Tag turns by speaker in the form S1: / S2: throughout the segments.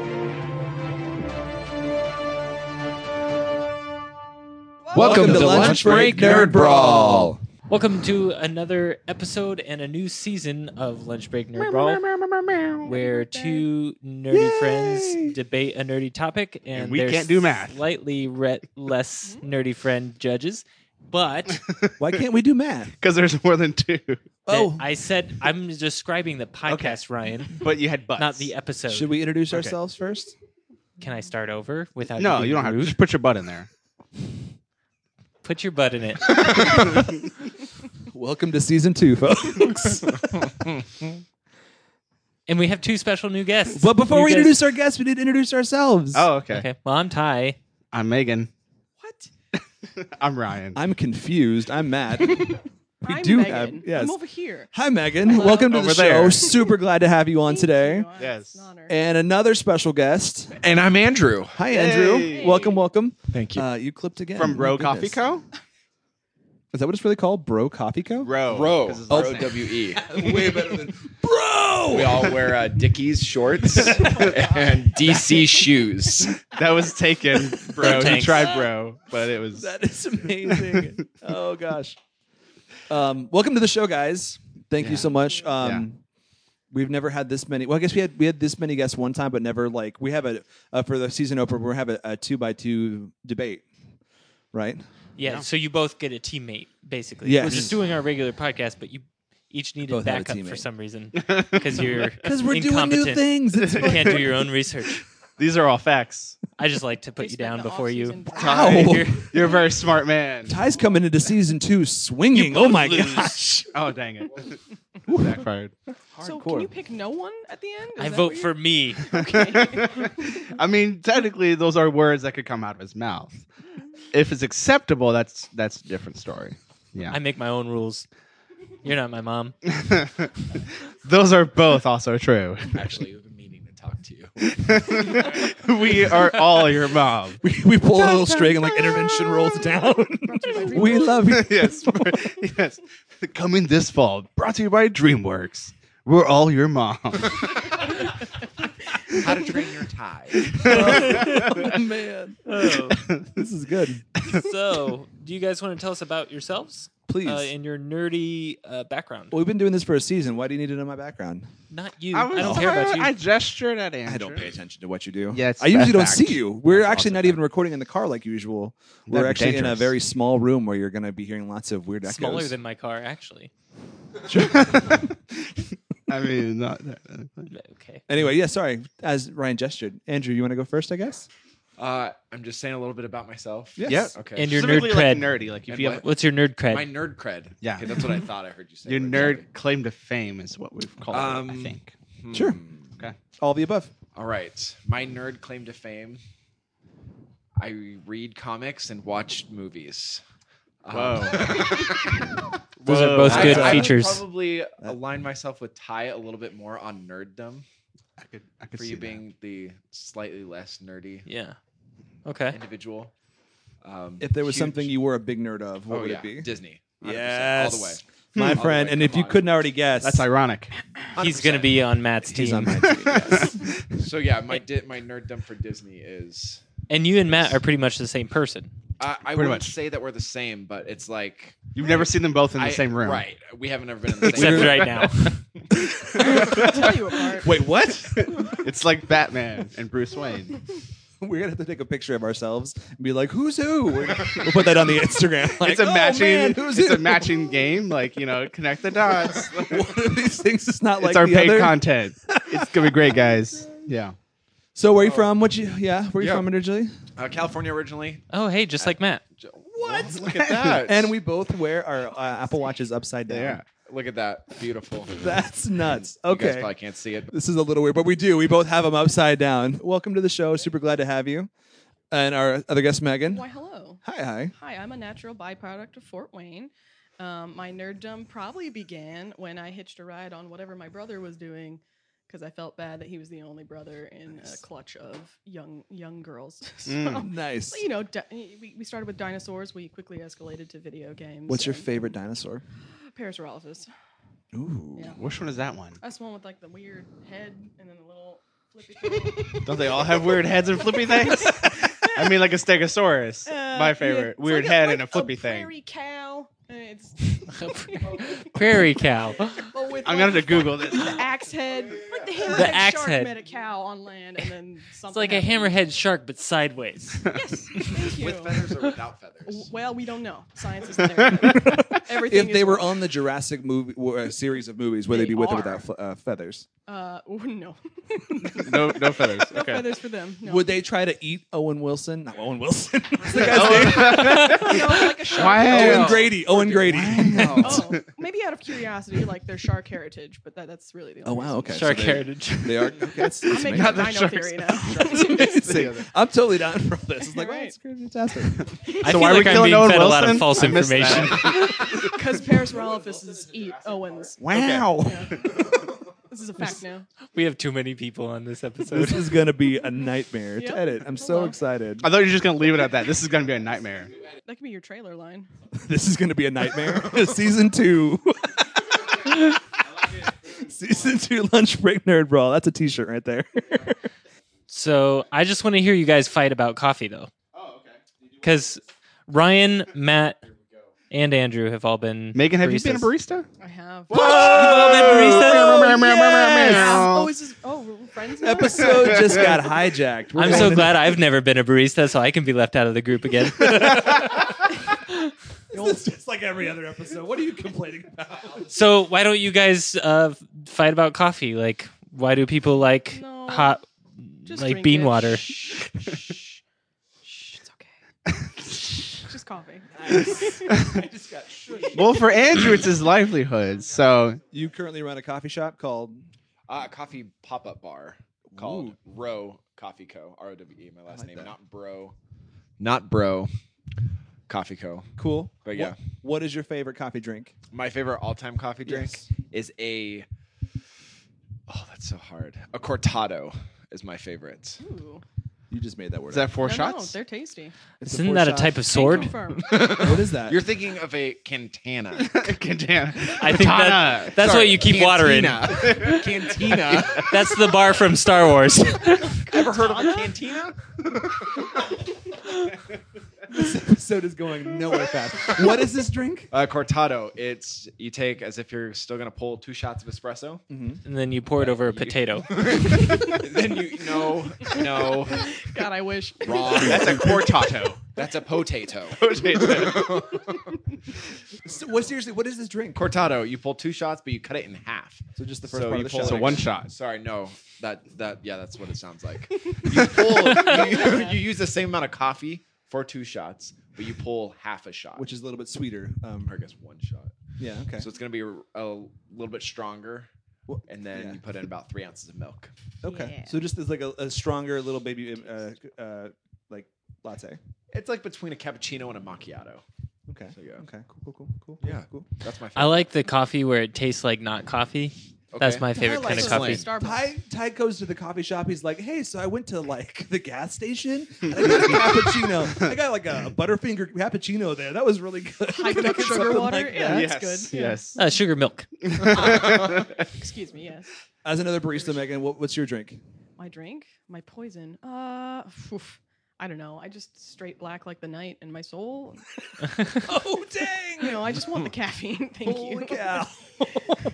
S1: Oh. Welcome to Lunch Break Nerd Brawl.
S2: Welcome to another episode and a new season of Lunch Break Nerd Brawl, where two nerdy friends debate a nerdy topic, and,
S3: And we
S2: their
S3: can't do math.
S2: Slightly re- less nerdy friend judges, but
S1: Why can't we do math?
S3: Because there's more than two.
S1: Oh.
S2: I said I'm describing the podcast, Ryan,
S3: But you had butts.
S2: not the episode.
S1: Should we introduce
S3: Okay.
S1: ourselves first?
S2: Can I start over without?
S3: No,
S2: being
S3: you don't have to.
S2: rude?
S3: Just put your butt in there.
S2: Put your butt in it.
S1: Welcome to season two, folks.
S2: and we have two special new guests.
S1: but before
S2: You
S1: we
S2: guys-
S1: introduce our guests, we did introduce ourselves.
S3: Oh, okay.
S2: okay. Well, I'm Ty.
S3: I'm Megan.
S4: What?
S3: I'm Ryan.
S1: I'm confused. I'm mad.
S4: We
S1: do
S4: Megan.
S1: have- yes.
S4: I'm over here.
S1: Hi, Megan.
S4: Hello.
S1: Welcome to the
S3: Over
S1: show.
S3: there.
S1: Super glad to have you on
S4: Thank
S1: today.
S4: you. It's
S3: Yes.
S4: an honor.
S1: And another special guest.
S5: And I'm Andrew.
S1: Hi, Andrew.
S3: Hey.
S1: Welcome, welcome.
S5: Thank
S1: Uh, you clipped again.
S3: From
S1: My
S3: Row
S1: goodness.
S3: Coffee Co.
S1: Is that what it's really called? Bro Coffee Co?
S3: Row.
S5: Row.
S3: 'cause it's
S5: R
S3: last
S5: O
S3: name.
S5: W E. Way better than bro. We all wear uh, Dickies shorts and DC shoes.
S3: That was taken, bro. you
S2: Thanks.
S3: tried bro, but it was.
S1: That is amazing. oh gosh. Um, welcome to the show, guys. Thank you
S3: Yeah.
S1: so much. Um, We've never had this many. Well, I guess we had we had this many guests one time, but never like we have a uh, for the season opener. We have a, a two by two debate, right?
S2: Yeah,
S3: Yeah.
S2: so you both get a teammate basically.
S1: Yes.
S2: We're just doing our regular podcast, but you each needed
S1: Both have a
S2: backup for
S1: teammate.
S2: some reason because you're
S1: Because we're doing
S2: incompetent.
S1: new things. It's
S2: You can't do your own research.
S3: These are all facts.
S2: I just like to put
S4: They
S2: you
S4: spent
S2: down
S4: the
S2: before
S4: off-season
S2: you.
S4: back.
S1: Ow.
S2: You're-
S3: You're a very smart man.
S1: Ty's coming into season two swinging. Oh my
S2: lose.
S1: gosh!
S3: Oh dang it. Backfired.
S4: So
S1: Hardcore.
S4: can you pick no one at the end? Is
S2: I
S4: that
S2: vote
S4: what
S2: for
S4: you're-
S2: me.
S3: I mean, technically, those are words that could come out of his mouth. If it's acceptable, that's that's a different story. Yeah.
S2: I make my own rules. You're not my mom.
S3: Those are both also true.
S5: Actually, I've been meaning to talk to you.
S3: we are all your mom.
S1: We, we pull a little string and like intervention rolls down. we love you.
S3: yes, yes. Coming this fall, brought to you by DreamWorks. We're all your mom.
S5: How to train your tie.
S1: Oh, man,
S2: Oh.
S1: this is good.
S2: so, do you guys want to tell us about yourselves?
S1: Please.
S2: Uh, and your nerdy uh, background.
S1: Well, we've been doing this for a season. Why do you need to know my background?
S2: Not you. I, don't care about you.
S3: I gestured at Andrew.
S1: I don't pay attention to what you do.
S3: Yeah, it's
S1: I usually
S3: a
S1: don't
S3: fact.
S1: see you. We're
S3: That's
S1: actually
S3: also
S1: not
S3: a
S1: even recording in the car like usual. We're
S3: That'd be
S1: actually in a
S3: dangerous.
S1: very small room where you're going to be hearing lots of weird echoes.
S2: Smaller than my car, actually.
S3: I mean, not that. uh,
S2: Okay.
S1: Anyway, yeah, sorry. As Ryan gestured, Andrew, you want to go first? I guess.
S5: Uh, I'm just saying a little bit about myself.
S1: Yes.
S3: Yeah.
S5: Okay.
S2: And your nerd
S3: Specifically,
S2: cred.
S3: like nerdy. Like if
S5: And
S3: you
S5: what?
S3: have
S2: What's your nerd cred?
S5: my nerd cred.
S3: Yeah.
S5: Okay, that's what I thought I heard you say.
S3: your
S5: but
S3: nerd claim to fame is what we've called it. I
S5: Um,
S3: think.
S5: okay.
S1: Sure.
S5: Hmm.
S3: Okay.
S1: All the above.
S5: All right. My nerd claim to fame. I read comics and watch movies. Um,
S3: Oh.
S2: Those are
S3: Whoa.
S2: both
S5: I-
S2: good
S5: I, would
S2: features.
S5: probably align myself with Ty a little bit more on nerddom
S3: I could. I could
S5: for
S3: see
S5: you
S3: that.
S5: being the slightly less nerdy
S2: yeah. Okay.
S5: individual. Um,
S1: If there was
S5: huge-
S1: something you were a big nerd of, what
S5: oh,
S1: would
S5: yeah,
S1: it be?
S5: Disney. 100%, all the way.
S1: Yes.
S5: All
S1: My
S5: the
S1: friend,
S5: way,
S1: and
S5: come
S1: if you
S5: on.
S1: couldn't already guess,
S3: That's ironic.
S2: He's going to be on Matt's team.
S1: he's on my team. yes.
S5: So yeah, my di- my nerddom for Disney is
S2: And you and Matt are pretty much the same person.
S5: I I
S3: Pretty
S5: wouldn't
S3: much.
S5: say that we're the same, but it's like
S3: You've never seen them both in the
S5: I-
S3: same room,
S5: right? We haven't ever been in the
S2: Except
S5: same room.
S2: right now.
S4: Tell you apart.
S3: Wait, what? it's like Batman and Bruce Wayne.
S1: We're gonna have to take a picture of ourselves and be like, "Who's who?" We're- We'll put that on the Instagram. Like,
S3: it's a
S1: "Oh,
S3: matching.
S1: man, who's
S3: it's
S1: who?"
S3: a matching game. Like you know, connect the dots.
S1: One of these things is not like
S3: it's our
S1: the
S3: paid
S1: other.
S3: content. It's gonna be great, guys. Yeah.
S1: So
S5: Oh.
S1: where you from? What you? Yeah, where you
S5: Yeah.
S1: from originally?
S5: Uh, California originally.
S2: Oh, hey, just like Matt.
S5: J- What? Look at that.
S1: and we both wear our uh, Apple Watches upside down.
S3: Yeah.
S5: look at that. Beautiful.
S1: That's nuts.
S5: You guys
S1: Okay.
S5: probably can't see it.
S1: This is a little weird, but we do. We both have them upside down. Welcome to the show. Super glad to have you. And our other guest, Megan.
S4: Why, hello.
S1: Hi, hi.
S4: Hi, I'm a natural byproduct of Fort Wayne. Um, my nerddom probably began when I hitched a ride on whatever my brother was doing because I felt bad that he was the only brother in a clutch of young young girls. so,
S1: Nice.
S4: you know, di- we, we started with dinosaurs. We quickly escalated to video games.
S1: What's your
S4: and
S1: favorite dinosaur?
S4: Parasaurolophus.
S1: Ooh.
S4: Yeah.
S3: Which one is that one?
S4: That's the one with like the weird head and then the little flippy. thing.
S3: Don't they all have weird heads and flippy things? I mean, like a stegosaurus.
S4: Uh,
S3: my favorite.
S4: it's
S3: Weird
S4: like
S3: head
S4: like
S3: and a flippy thing.
S4: Prairie cow. And it's
S2: Prairie cow.
S4: Well, with,
S3: I'm
S4: like,
S3: gonna have to Google this.
S4: with the axe head. Like the hammerhead
S2: axe
S4: shark
S2: head.
S4: met a cow on land, and then something.
S2: It's like a
S4: happened.
S2: hammerhead shark, but sideways.
S4: Yes, thank you.
S5: With feathers or without feathers?
S4: Well, we don't know. Science isn't there. Everything.
S1: if they
S4: is-
S1: were on the Jurassic movie uh, series of movies, would they,
S4: They
S1: be with or
S4: are.
S1: without fe- uh, feathers?
S4: uh, oh, no,
S3: no, no feathers.
S4: no
S3: okay.
S4: feathers for them. No.
S1: Would they try to eat Owen Wilson? Not Owen Wilson.
S3: Oh.
S4: No, like a shark.
S3: Wow.
S1: Owen Grady. Owen Grady.
S4: Oh, maybe out of curiosity, like their shark heritage, but that, that's really the. Only
S1: Oh wow.
S4: reason.
S1: Okay. so
S2: shark
S1: they-
S2: heritage.
S1: They are. Okay, that's,
S4: I'm
S1: that's
S4: making
S3: Not
S4: a
S3: the
S4: dino
S3: sharks.
S4: theory now.
S1: amazing. I'm totally down for this. It's like,
S4: Right.
S1: oh, it's great, fantastic.
S2: I
S3: So
S2: feel
S3: why are we
S2: like I'm
S3: killing
S2: being
S3: Owen
S2: fed a lot
S3: Wilson?
S2: of false
S3: I missed
S2: information.
S4: Because Paris Ralphus eat Owens.
S1: Wow.
S4: This is a fact now.
S2: we have too many people on this episode.
S1: This is gonna be a nightmare
S4: Yep.
S1: to edit. I'm so
S4: Hello.
S1: excited.
S3: I thought you were just gonna leave it at that. This is gonna be a nightmare.
S4: That could be your trailer line.
S1: this is gonna be a nightmare. Season two. Season two lunch break nerd brawl. That's a T-shirt right there.
S2: so I just want to hear you guys fight about coffee, though. Oh, okay. Because Ryan, Matt, and Andrew have all been.
S3: Megan, have you been a
S2: baristas.
S3: barista?
S4: I have.
S2: all been baristas?
S4: Oh, is this, oh, we're friends now?
S1: Episode just got hijacked. We're
S2: I'm
S1: going
S2: so
S1: in-
S2: glad I've never been a barista, so I can be left out of the group again.
S1: It's just like every other episode. What are you complaining about?
S2: so why don't you guys uh, fight about coffee? Like, why do people like
S4: No.
S2: hot,
S4: Just
S2: like
S4: drink
S2: bean
S4: it.
S2: water?
S4: Shh, shh, shh, it's okay. Just coffee.
S3: Well, for Andrew, it's his livelihood. So
S1: You currently run a coffee shop called.
S5: Uh, a coffee pop-up bar called
S1: Ooh.
S5: Row Coffee Co. R O W E. My last
S1: like
S5: name,
S1: that.
S5: not Bro, not Bro, Coffee Co.
S1: Cool.
S5: But yeah.
S1: What- what is your favorite coffee drink?
S5: My favorite all-time coffee drink
S1: Yes.
S5: is a. Oh, that's so hard. A cortado is my favorite.
S4: Ooh.
S1: You just made that word.
S3: is that
S1: up.
S3: four
S4: No, no,
S3: shots?
S4: they're tasty.
S1: It's
S2: Isn't
S1: four
S2: that
S1: shot.
S2: a type of sword?
S4: Confirm.
S1: What is that?
S5: You're thinking of a cantana.
S3: Cantina.
S2: I think that, that's what you keep water in.
S5: Cantina. cantina.
S2: That's the bar from Star Wars.
S5: Ever heard of a cantina?
S1: this episode is going nowhere fast. What is this drink?
S5: Uh, cortado. It's you take as if you're still gonna pull two shots of espresso.
S2: and then you pour it over a potato.
S5: then you no no
S4: God, I wish.
S5: wrong.
S3: That's a cortato.
S5: That's a potato.
S1: So, what seriously? What is this drink?
S5: Cortado, you pull two shots, but you cut it in half.
S1: So just the first
S5: So
S1: part
S5: you
S1: of the
S5: pull
S1: shot.
S3: so
S5: it
S3: one shot.
S5: Sorry, no. That that yeah, that's what it sounds like. You pull you, you use the same amount of coffee for two shots, but you pull half a shot.
S1: which is a little bit sweeter. Um,
S5: or I guess one shot.
S1: yeah. Okay.
S5: So it's gonna be a, a little bit stronger.
S1: Well,
S5: And then
S1: yeah.
S5: you put in about three ounces of milk.
S1: okay.
S4: Yeah.
S1: So just as like a, a stronger little baby, uh, uh, like latte.
S5: It's like between a cappuccino and a macchiato.
S1: Okay.
S5: So, yeah.
S1: Okay. Cool. Cool. Cool. Cool. cool,
S5: Yeah.
S1: Cool.
S5: That's my favorite.
S2: I like the coffee where it tastes like not coffee. That's
S5: Okay.
S2: my favorite
S4: like
S2: kind of
S4: those
S2: coffee.
S4: plain. Starbucks.
S1: Ty, Ty goes to the coffee shop. He's like, "Hey, so I went to like the gas station. And I got a cappuccino. I got like a butterfinger cappuccino there. That was really good.
S4: Hyped up sugar
S1: Something
S4: water.
S1: like
S4: yeah,
S1: that.
S4: that's
S3: yes.
S4: good. Yeah.
S3: Yes.
S2: Uh, sugar milk.
S4: Excuse me. Yes.
S1: As another barista, Megan, what, what's your drink?
S4: My drink, my poison. Uh, phew, I don't know. I just straight black like the night in my soul.
S1: oh dang!
S4: You know, I just want the caffeine. Thank you.
S1: Holy cow.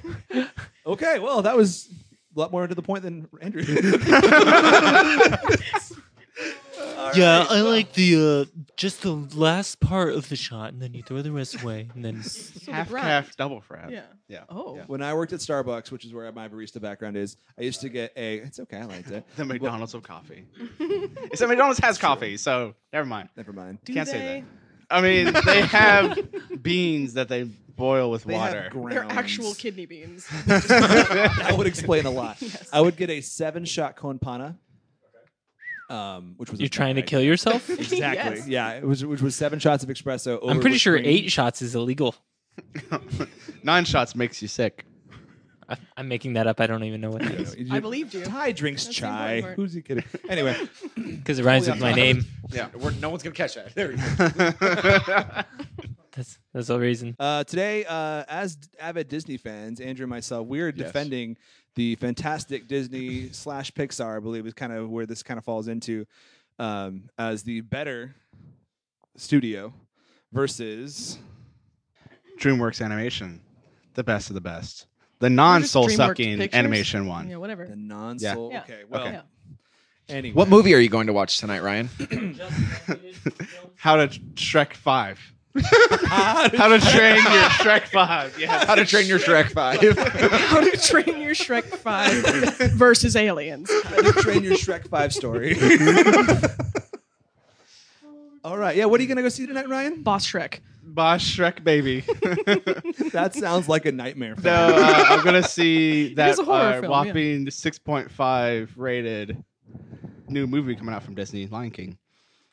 S1: okay, well, that was a lot more to the point than Andrew.
S2: yeah, I like the uh, just the last part of the shot, and then you throw the rest away, and then
S4: So the
S3: half
S4: grind.
S3: calf double frat.
S4: Yeah.
S3: Yeah.
S4: Oh.
S1: when I worked at Starbucks, which is where my barista background is, I used to get a. It's okay, I liked it.
S3: The McDonald's of coffee. Except McDonald's has coffee, so never mind.
S1: Never mind.
S4: Do
S3: Can't
S4: they?
S3: say I mean, they have beans that they boil with
S1: They
S3: water.
S1: have grounds.
S4: They're actual kidney beans.
S1: that would explain a lot.
S4: Yes.
S1: I would get a seven-shot cone pana, um, which was
S2: you're
S1: a-
S2: trying to kill yourself.
S1: Exactly.
S4: Yes.
S1: Yeah, it was which was seven shots of espresso. Over
S2: I'm pretty
S1: with
S2: sure
S1: cream.
S2: eight shots is illegal.
S3: Nine shots makes you sick.
S2: I, I'm making that up. I don't even know what that is
S1: You-
S4: I believed you.
S1: Ty drinks
S4: That's the important
S1: chai.
S4: part.
S1: Who's he kidding? Anyway,
S2: because it rhymes with my name.
S5: Yeah, we're, no one's gonna catch that. There we go.
S2: That's that's the reason.
S1: Uh, today, uh, as d- avid Disney fans, Andrew and myself, we are defending the fantastic Disney slash Pixar. I believe is kind of where this kind of falls into. um, as the better studio versus
S3: DreamWorks Animation, the best of the best, the non-soul
S4: DreamWorks
S3: sucking
S4: Pictures?
S3: animation one.
S4: Yeah,
S1: the
S4: whatever.
S1: non-soul.
S4: Yeah.
S1: Okay, well,
S4: Yeah.
S1: anyway,
S5: What movie are you going to watch tonight, Ryan?
S3: How to Shrek Five. How to Train Your Shrek Five. Yeah.
S5: How to Train Your Shrek Five.
S4: How to Train Your Shrek 5 versus Aliens.
S1: Train Your Shrek Five story. All right, yeah. What are you gonna go see tonight, Ryan?
S4: Boss Shrek.
S3: Bosh Shrek Baby.
S1: That sounds like a nightmare.
S3: No, uh, I'm gonna see that
S4: is a horror
S3: uh,
S4: film, yeah.
S3: whopping 6.5 rated new movie coming out from Disney, Lion King.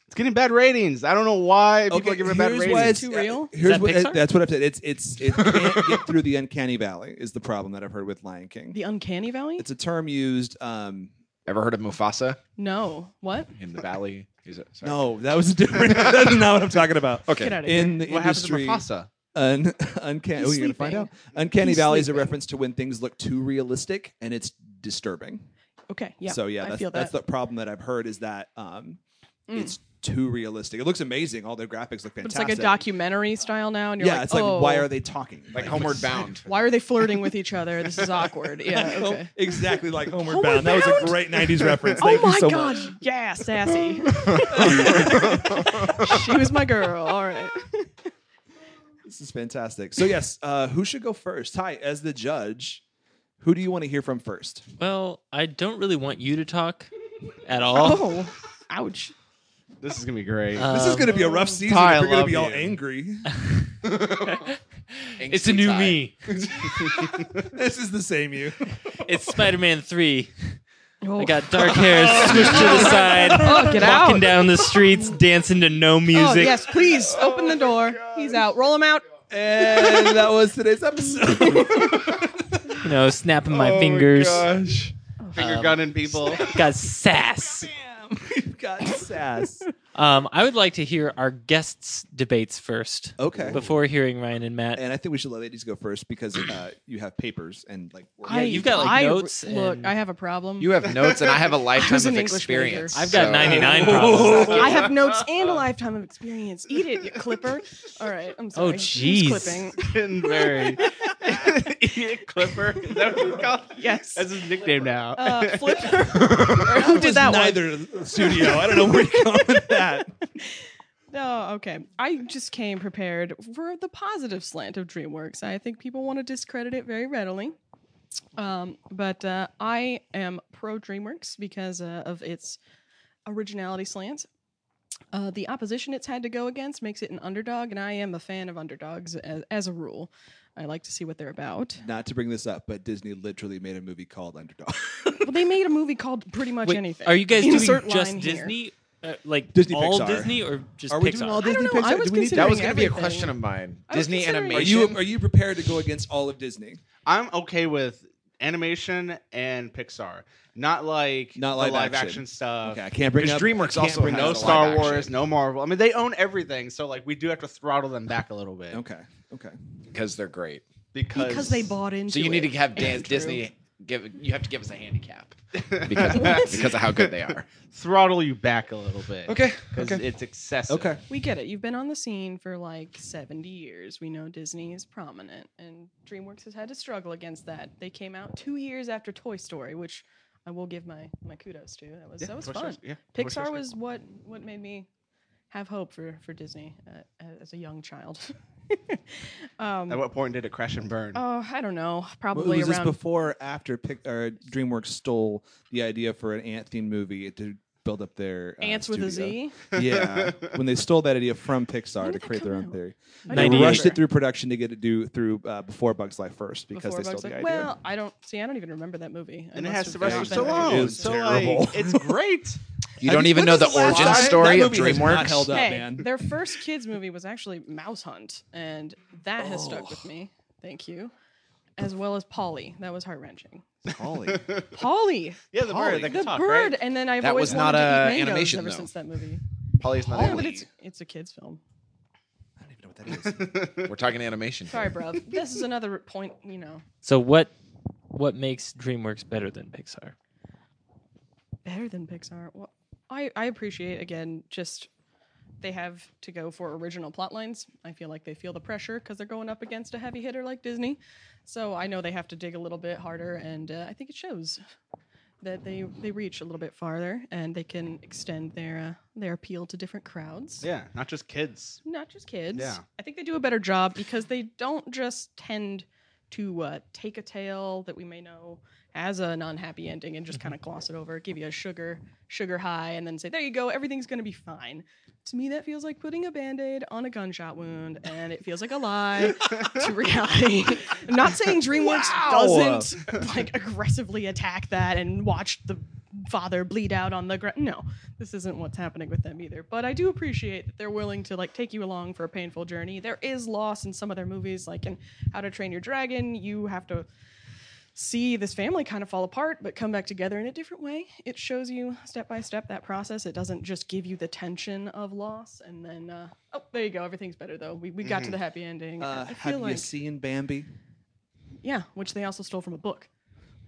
S3: It's getting bad ratings. I don't know why people are giving it bad
S1: here's
S3: ratings.
S1: why it's-
S4: Too real?
S1: uh, Here's
S2: that
S1: what
S2: Pixar?
S1: that's what I've said. It's it's it can't get through the uncanny valley is the problem that I've heard with Lion King.
S4: The Uncanny Valley?
S1: It's a term used. Um,
S5: Ever heard of Mufasa
S4: no. What?
S5: in the Valley? Is it? Sorry.
S1: no, that was different. that's not what I'm talking about.
S5: Okay.
S4: Get out of here.
S1: In the
S3: what happens to
S1: industry,
S3: Mufasa?
S1: un, uncanny.
S4: He's
S1: Oh, you're gonna find
S4: sleeping.
S1: out. Uncanny
S4: He's
S1: Valley is a
S4: sleeping.
S1: reference to when things look too realistic and it's disturbing.
S4: Okay. Yeah.
S1: so yeah,
S4: I
S1: that's,
S4: feel
S1: that's
S4: that.
S1: the problem that I've heard is that um,
S4: Mm.
S1: it's too realistic. It looks amazing. All the graphics look fantastic.
S4: but it's like a documentary style now, and you're
S1: Yeah,
S4: like,
S1: it's like
S4: oh,
S1: why are they talking?
S5: Like Homeward Bound.
S4: why are they flirting with each other? This is awkward. Yeah.
S1: Oh,
S4: Okay.
S1: Exactly like Homeward,
S4: Homeward
S1: Bound. That was a
S4: Bound?
S1: great 90s reference.
S4: Oh
S1: Thank
S4: my
S1: you so
S4: god!
S1: much.
S4: Yeah, sassy. she was my girl. All right.
S1: This is fantastic. So, yes, uh, who should go first? Hi, as the judge, who do you want to hear from first?
S2: Well, I don't really want you to talk at all.
S4: Oh. ouch.
S3: This is gonna be great.
S1: this is
S2: Um,
S1: going to be a rough season.
S3: Ty,
S1: if
S3: I
S1: We're going to
S3: love
S1: be all
S3: you.
S1: angry.
S2: It's a new me.
S1: this is the same you.
S2: It's Spider-Man Three.
S4: Oh,
S2: I got dark hair squished to the side,
S4: Oh, get
S2: walking
S4: out.
S2: down the streets, dancing to no
S4: Oh,
S2: music.
S4: yes, please open the door. He's out. Roll him out.
S1: And that was today's episode.
S2: You know, snapping my fingers.
S3: Oh gosh. Finger
S2: Um,
S3: gunning people.
S2: Got sass.
S1: We've got sass.
S2: Um, I would like to hear our guests' debates first
S1: Okay.
S2: before hearing Ryan and Matt.
S1: And I think we should let ladies go first because uh, you have papers and like. we're-
S2: Yeah, you've got, like,
S4: I,
S2: notes
S4: Look,
S2: and-
S4: I have a problem.
S5: You have notes, and I have a lifetime
S4: was
S5: of
S4: an English major.
S5: experience.
S2: I've got
S5: so-
S2: 99 problems.
S4: I have notes and a lifetime of experience. Eat it, you clipper. All right, I'm sorry. Who's
S2: Oh, jeez.
S4: clipping.
S3: Getting very idiot Clipper. Is that what it's called?
S4: Yes.
S3: That's his nickname now.
S4: Uh, flipper. Who
S1: It was
S4: did that one?
S1: neither studio. I don't know where you're going with that.
S4: No, Oh, okay. I just came prepared for the positive slant of DreamWorks. I think people want to discredit it very readily. Um, but uh, I am pro DreamWorks because uh, of its originality slant. Uh, the opposition it's had to go against makes it an underdog, and I am a fan of underdogs as, as a rule. I like to see what they're about.
S1: Not to bring this up, but Disney literally made a movie called Underdog.
S4: Well, they made a movie called Pretty Much
S2: Wait,
S4: Anything.
S2: Are you guys
S4: Insert
S2: doing just
S4: line here.
S2: Disney? Uh, like
S1: Disney
S2: all
S1: Pixar.
S2: Disney or just
S1: Are
S2: Pixar?
S1: we doing all
S4: I don't
S1: Disney
S4: know. I
S1: Pixar?
S4: was
S1: Do we need-
S5: That was
S4: considering
S5: going to be a
S4: everything.
S5: question of mine.
S4: I was
S5: Disney
S4: considering-
S5: animation.
S1: Are you are you prepared to go against all of Disney?
S3: I'm okay with animation and Pixar, not like
S1: Not
S3: the
S1: live
S3: live
S1: action.
S3: action, stuff.
S1: Okay, I can't bring up
S5: Because DreamWorks
S1: I can't
S5: also
S1: bring
S5: has
S1: up-
S3: No
S5: That's a
S3: Star
S5: live action.
S3: Wars, no Marvel. I mean, they own everything, so like we do have to throttle them back a little bit.
S1: Okay, okay.
S5: because they're great.
S3: Because,
S4: Because they bought into
S5: So you need
S4: it,
S5: to have Dan-
S4: Andrew.
S5: Disney give. You have to give us a handicap because because of how good they are.
S3: throttle you back a little bit.
S5: Okay,
S3: Because
S5: okay.
S3: it's excessive.
S1: Okay.
S4: We get it. You've been on the scene for like 70 years. We know Disney is prominent, and DreamWorks has had to struggle against that. They came out two years after Toy Story, which I will give my, my kudos to. That was that was
S3: Toy
S4: fun.
S3: Story's- yeah, Toy Story's
S4: Pixar
S3: good.
S4: was what what made me have hope for for Disney uh, as a young child. um,
S3: At what point did it crash and burn?
S4: oh, I don't know.
S1: Well,
S4: Probably
S1: was this
S4: around
S1: before or after Pic- or DreamWorks stole the idea for an ant themed movie to build up their uh,
S4: Ants with a
S1: studio?
S4: Z.
S1: yeah, when they stole that idea from Pixar
S4: When
S1: to
S4: did that
S1: create their
S4: come
S1: own
S4: out?
S1: theory,
S4: I
S1: they
S4: don't
S2: 98.
S1: rushed
S4: remember.
S1: it through production to get it do through uh, before Bugs Life first because
S4: Before
S1: they stole
S4: Bugs
S1: the
S4: Life-
S1: idea.
S4: Well, I don't see. I don't even remember that movie. I
S3: and it
S4: must
S3: has
S4: have
S3: Sylvester
S4: not been
S1: It
S3: Stallone.
S1: was
S4: introduced.
S3: So
S1: terrible.
S3: like, it's great.
S5: You
S1: Have
S5: don't
S1: you
S5: even
S1: been
S5: know
S1: to
S5: the
S1: the live
S5: origin
S1: action?
S5: story
S1: That
S5: of
S1: movie has not
S5: DreamWorks.
S1: held up.
S4: hey,
S1: man.
S4: their first kids movie was actually Mouse Hunt, and that has stuck with me. Thank you. As well as Polly, that was heart wrenching.
S1: Holly.
S4: Polly,
S3: Yeah, the
S1: Polly.
S3: bird. That can
S4: the
S3: talk,
S4: bird,
S3: Right?
S4: and then I've
S5: That
S4: always
S5: was not
S4: wanted to
S5: a
S4: eat mangoes
S5: animation,
S4: ever
S5: though.
S4: since that movie.
S5: Polly's not
S4: Yeah, but
S5: Emily.
S4: it's it's a kids film.
S1: I don't even know what that is.
S5: We're talking animation.
S4: Sorry, bro. this is another point. You know,
S2: So what? What makes DreamWorks better than Pixar?
S4: better than Pixar. Well, I, I appreciate again just they have to go for original plot lines. I feel like they feel the pressure because they're going up against a heavy hitter like Disney. So I know they have to dig a little bit harder, and uh, I think it shows that they they reach a little bit farther and they can extend their uh, their appeal to different crowds.
S3: Yeah, not just kids.
S4: Not just kids.
S3: Yeah.
S4: I think they do a better job because they don't just tend to uh, take a tale that we may know as an unhappy ending and just kind of gloss it over, give you a sugar sugar high, and then say, "There you go, everything's gonna be fine." To me, that feels like putting a band-aid on a gunshot wound, and it feels like a lie to reality. I'm not saying DreamWorks doesn't like aggressively attack that and watch the father bleed out on the ground. No, this isn't what's happening with them either. But I do appreciate that they're willing to like take you along for a painful journey. There is loss in some of their movies, like in How to Train Your Dragon. You have to see this family kind of fall apart but come back together in a different way. It shows you step by step that process. It doesn't just give you the tension of loss and then uh, oh, there you go, everything's better though. We we got to the happy ending.
S1: Uh,
S4: I
S1: have
S4: feel
S1: you
S4: like
S1: seen Bambi?
S4: yeah, which they also stole from a book.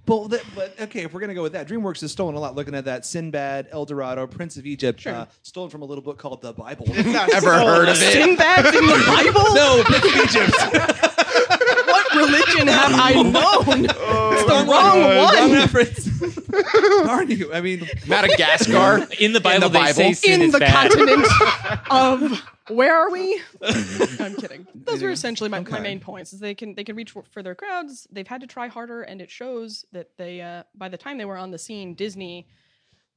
S1: But, that, but okay, if we're gonna go with that, DreamWorks has stolen a lot. Looking at that, Sinbad, El Dorado, Prince of Egypt,
S4: Sure.
S1: uh, stolen from a little book called the Bible.
S3: Ever heard of
S4: Sinbad's in the Bible?
S1: no, Prince of Egypt.
S4: What religion have I known? it's the wrong
S1: Wrong
S4: one.
S1: reference. Darn you! I mean,
S5: Madagascar.
S2: In the Bible,
S5: Bible?
S2: they say sin
S4: in
S2: is
S4: the
S2: bad.
S4: continent of where are we? I'm kidding. Those are
S1: Anyway,
S4: essentially my, my
S1: okay.
S4: main points. Is they can they can reach for- for their crowds. They've had to try harder, and it shows that they uh, by the time they were on the scene, Disney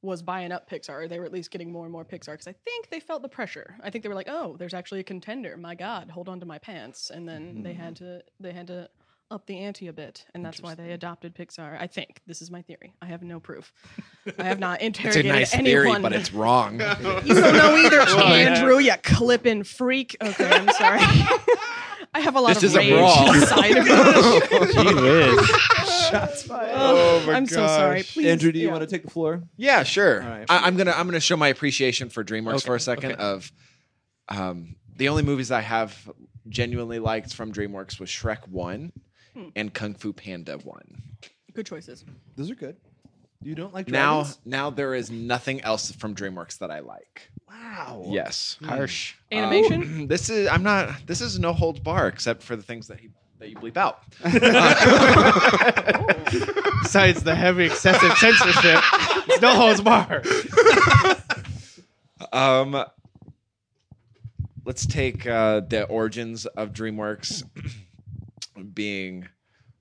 S4: was buying up Pixar. They were at least getting more and more Pixar because I think they felt the pressure. I think they were like, oh, there's actually a contender. My God, hold on to my pants. And then they had to they had to up the ante a bit, and that's why they adopted Pixar. I think this is my theory. I have no proof. I have not
S5: It's a
S4: interrogated
S5: nice
S4: anyone.
S5: theory, but it's wrong.
S4: You don't know either, Andrew. You clipping freak. Okay, I'm sorry. I have a lot
S5: This
S4: of
S5: is a
S4: rage
S5: brawl.
S4: inside of me.
S1: shots fired.
S4: Oh, I'm so sorry.
S3: gosh.
S4: Please,
S1: Andrew, do you
S4: yeah.
S1: want to take the floor?
S5: Yeah, sure.
S1: All right.
S5: I, am gonna I'm gonna show my appreciation for DreamWorks
S2: Okay,
S5: for a second.
S2: okay.
S5: Of um, the only movies I have genuinely liked from DreamWorks was Shrek One and Kung Fu Panda One.
S4: Good choices.
S1: Those are good. You don't like
S5: Now,
S1: dragons?
S5: now there is nothing else from DreamWorks that I like.
S1: Wow.
S5: Yes,
S3: Harsh.
S4: Animation.
S5: Um, this is I'm not. This is no holds bar except for the things that he that you bleep out.
S3: Besides the heavy excessive censorship, it's no holds bar.
S5: Um, let's take uh, the origins of DreamWorks being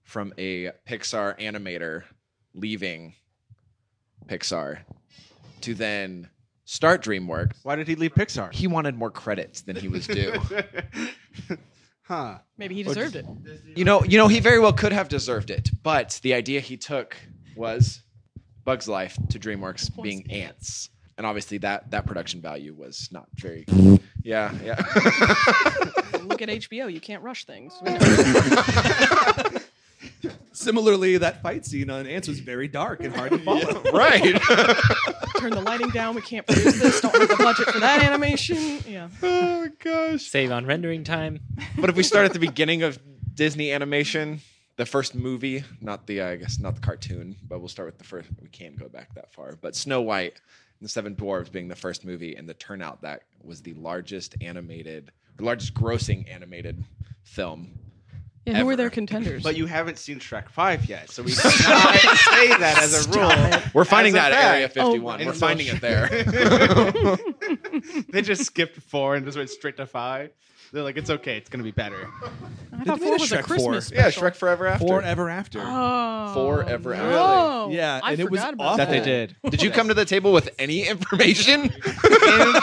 S5: from a Pixar animator leaving Pixar to then start DreamWorks.
S3: Why did he leave Pixar?
S5: He wanted more credits than he was due.
S3: huh.
S4: Maybe he deserved it.
S5: you know, you know, he very well could have deserved it, but the idea he took was Bugs Life to DreamWorks being ants. And obviously that that production value was not very Yeah, yeah.
S4: Look at HBO. You can't rush things.
S1: Similarly, that fight scene on Ants was very dark and hard to follow.
S5: right.
S4: Turn the lighting down. We can't produce this. Don't have the budget for that animation. Yeah.
S5: oh gosh.
S2: Save on rendering time.
S5: But if we start at the beginning of Disney animation, the first movie, not the I guess not the cartoon, but we'll start with the first we can go back that far. But Snow White and the Seven Dwarves being the first movie and the turnout that was the largest animated the largest grossing animated film.
S4: Yeah. Who were
S5: Ever.
S4: their contenders?
S3: But you haven't seen Shrek 5 yet, so we cannot say that as a rule.
S5: We're finding
S3: As a
S5: that at
S3: fact.
S5: Area 51.
S3: Oh,
S5: We're
S3: it's
S5: finding
S3: so-
S5: it there.
S3: They just skipped 4 and just went straight to 5. They're like, it's okay, it's going to be better.
S4: I thought
S1: Did we
S4: four
S1: do
S4: was a
S1: Shrek
S4: Christmas.
S1: four?
S5: yeah,
S4: special.
S5: Shrek Forever After.
S1: Forever after.
S4: Oh, no.
S5: Forever After.
S1: Really? Yeah,
S4: I
S1: and it was
S4: forgot about
S1: awful.
S3: That they
S1: Oh.
S3: did.
S5: Did you come to the table with any information?
S3: Came to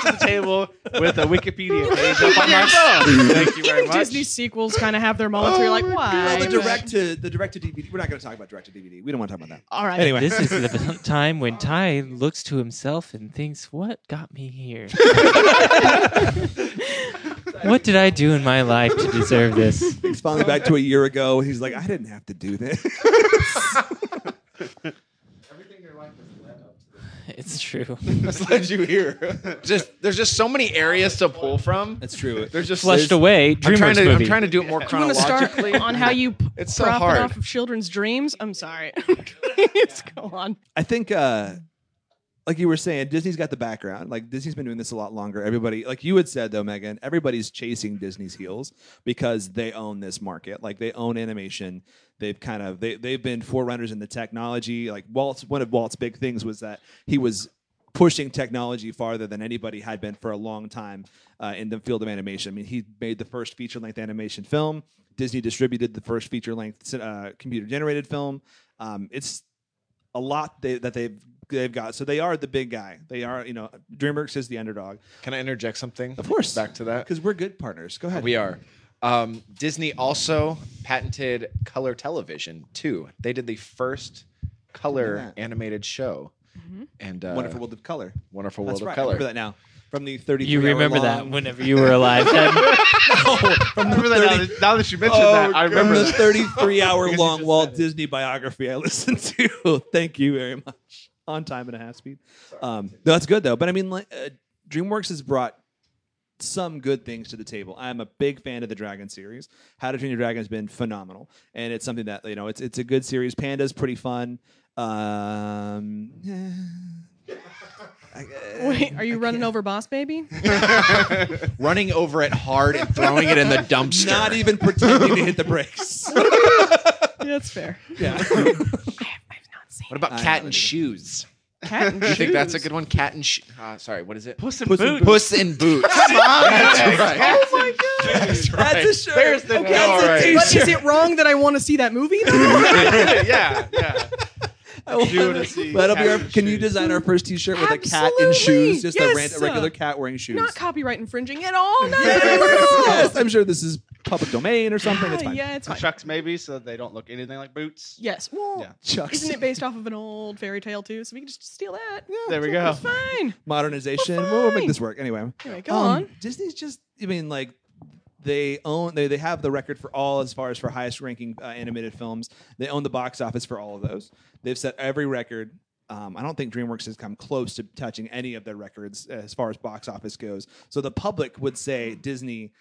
S3: the table with a Wikipedia page up on my phone. Thank you very
S4: Even
S3: much.
S4: Disney sequels kind of have their moments where you're
S1: Oh
S4: like, why?
S1: Well, the direct to the direct to DVD. We're not going to talk about direct to DVD. We don't want to talk about that.
S4: All right.
S1: Anyway,
S2: This is the time when Ty looks to himself and thinks, "What got me here? what did I do in my life to deserve this?"
S1: he's falling back to a year ago. He's like, I didn't have to do this.
S2: It's true.
S5: That's led you here. Just there's just so many areas to pull from.
S1: That's true.
S5: There's just
S2: Flushed
S5: there's-
S2: away.
S5: I'm
S2: DreamWorks
S5: trying to I'm
S2: movie.
S5: trying to do it more
S4: want to start
S5: chronologically.
S4: on how you p-
S5: It's so
S4: profit
S5: hard.
S4: off of children's dreams. I'm sorry. Please go on.
S1: I think uh, like you were saying, Disney's got the background. Like Disney's been doing this a lot longer. Everybody, like you had said though, Megan, everybody's chasing Disney's heels because they own this market. Like they own animation. They've kind of they they've been forerunners in the technology. Like Walt's one of Walt's big things was that he was pushing technology farther than anybody had been for a long time uh, in the field of animation. I mean, he made the first feature length animation film. Disney distributed the first feature length uh, computer generated film. Um, it's a lot they, that they've they've got. So they are the big guy. They are you know DreamWorks is the underdog.
S5: Can I interject something?
S1: Of course.
S5: Back to that.
S1: because we're good partners. Go ahead.
S5: We are. Um, Disney also patented color television too. They did the first
S1: Look
S5: color
S1: at that.
S5: animated show, and uh,
S1: Wonderful World of Color.
S5: Wonderful
S1: That's
S5: World
S1: right.
S5: of Color.
S1: I remember that now from the thirty.
S2: You remember that whenever you were alive. Ted.
S1: from
S3: I remember that now,
S1: 30
S3: that now that you mentioned that, I remember
S1: the
S3: that.
S1: 33 hour
S2: Because Oh, you
S1: long
S2: just said
S1: Walt
S2: it.
S1: Disney biography I listened to. Thank you very much. On time and a half speed. Um, no, that's good though. But I mean, like, uh, DreamWorks has brought some good things to the table. I'm a big fan of the Dragon series. How to Train Your Dragon has been phenomenal, and it's something that you know it's it's a good series. Panda's pretty fun. Um, eh. I-
S4: Wait, are you running over Boss Baby?
S5: Running over it hard and throwing it in the dumpster.
S1: not even pretending to hit the brakes.
S4: That's fair.
S1: yeah.
S5: What about
S1: I
S5: Cat
S1: know
S5: and
S1: it.
S5: Shoes?
S4: Cat and
S5: You think that's a
S4: Shoes.
S5: good one? Cat and Shoes. Uh, sorry, what is it?
S3: Puss in
S1: Puss in
S3: Boots.
S5: Puss in Boots.
S3: That's
S5: right.
S3: Puss in
S5: That's
S1: That's a shirt. There's
S3: the-
S1: okay, that's
S5: All
S1: a
S5: right.
S1: t-shirt.
S4: But is it wrong that I want to see that movie? Though?
S3: Boots. yeah, yeah.
S1: I want
S3: wanna
S1: it.
S3: see
S1: That'll be
S3: cat
S1: our.
S3: in
S1: Can you
S3: shoes.
S1: design our first T-shirt with a cat in shoes,
S4: Absolutely.
S1: just a,
S4: Yes.
S1: ran- a regular cat wearing shoes?
S4: Not copyright infringing at all. Not
S1: Yes.
S4: at all.
S1: Yes, I'm sure this is public domain or something. It's fine.
S4: Yeah, it's fine.
S3: Chucks maybe, so they don't look anything like boots.
S4: Yes. Well,
S3: Yeah.
S1: Chucks.
S4: isn't it based off of an old fairy tale too? So we can just steal that. Yeah,
S3: There we go.
S4: it's fine.
S1: Modernization.
S4: We're
S1: We'll, make
S4: fine.
S1: this work anyway.
S4: Anyway, go
S1: Um,
S4: on.
S1: Disney's just. I mean, like. They own they, they have the record for all as far as for highest ranking uh, animated films. They own the box office for all of those. They've set every record. Um, I don't think DreamWorks has come close to touching any of their records as far as box office goes. So the public would say Disney,